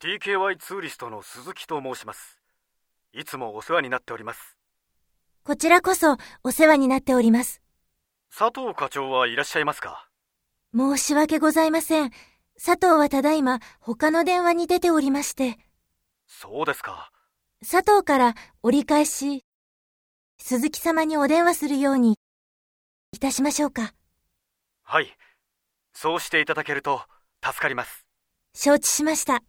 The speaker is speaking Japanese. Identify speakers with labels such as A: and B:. A: TKY ツーリストの鈴木と申しますいつもお世話になっております
B: こちらこそお世話になっております。
A: 佐藤課長はいらっしゃいますか
B: 申し訳ございません。佐藤はただいま他の電話に出ておりまして、
A: そうですか
B: 佐藤から折り返し、鈴木様にお電話するようにいたしましょうか。
A: はいそうしていただけると助かります
B: 承知しました。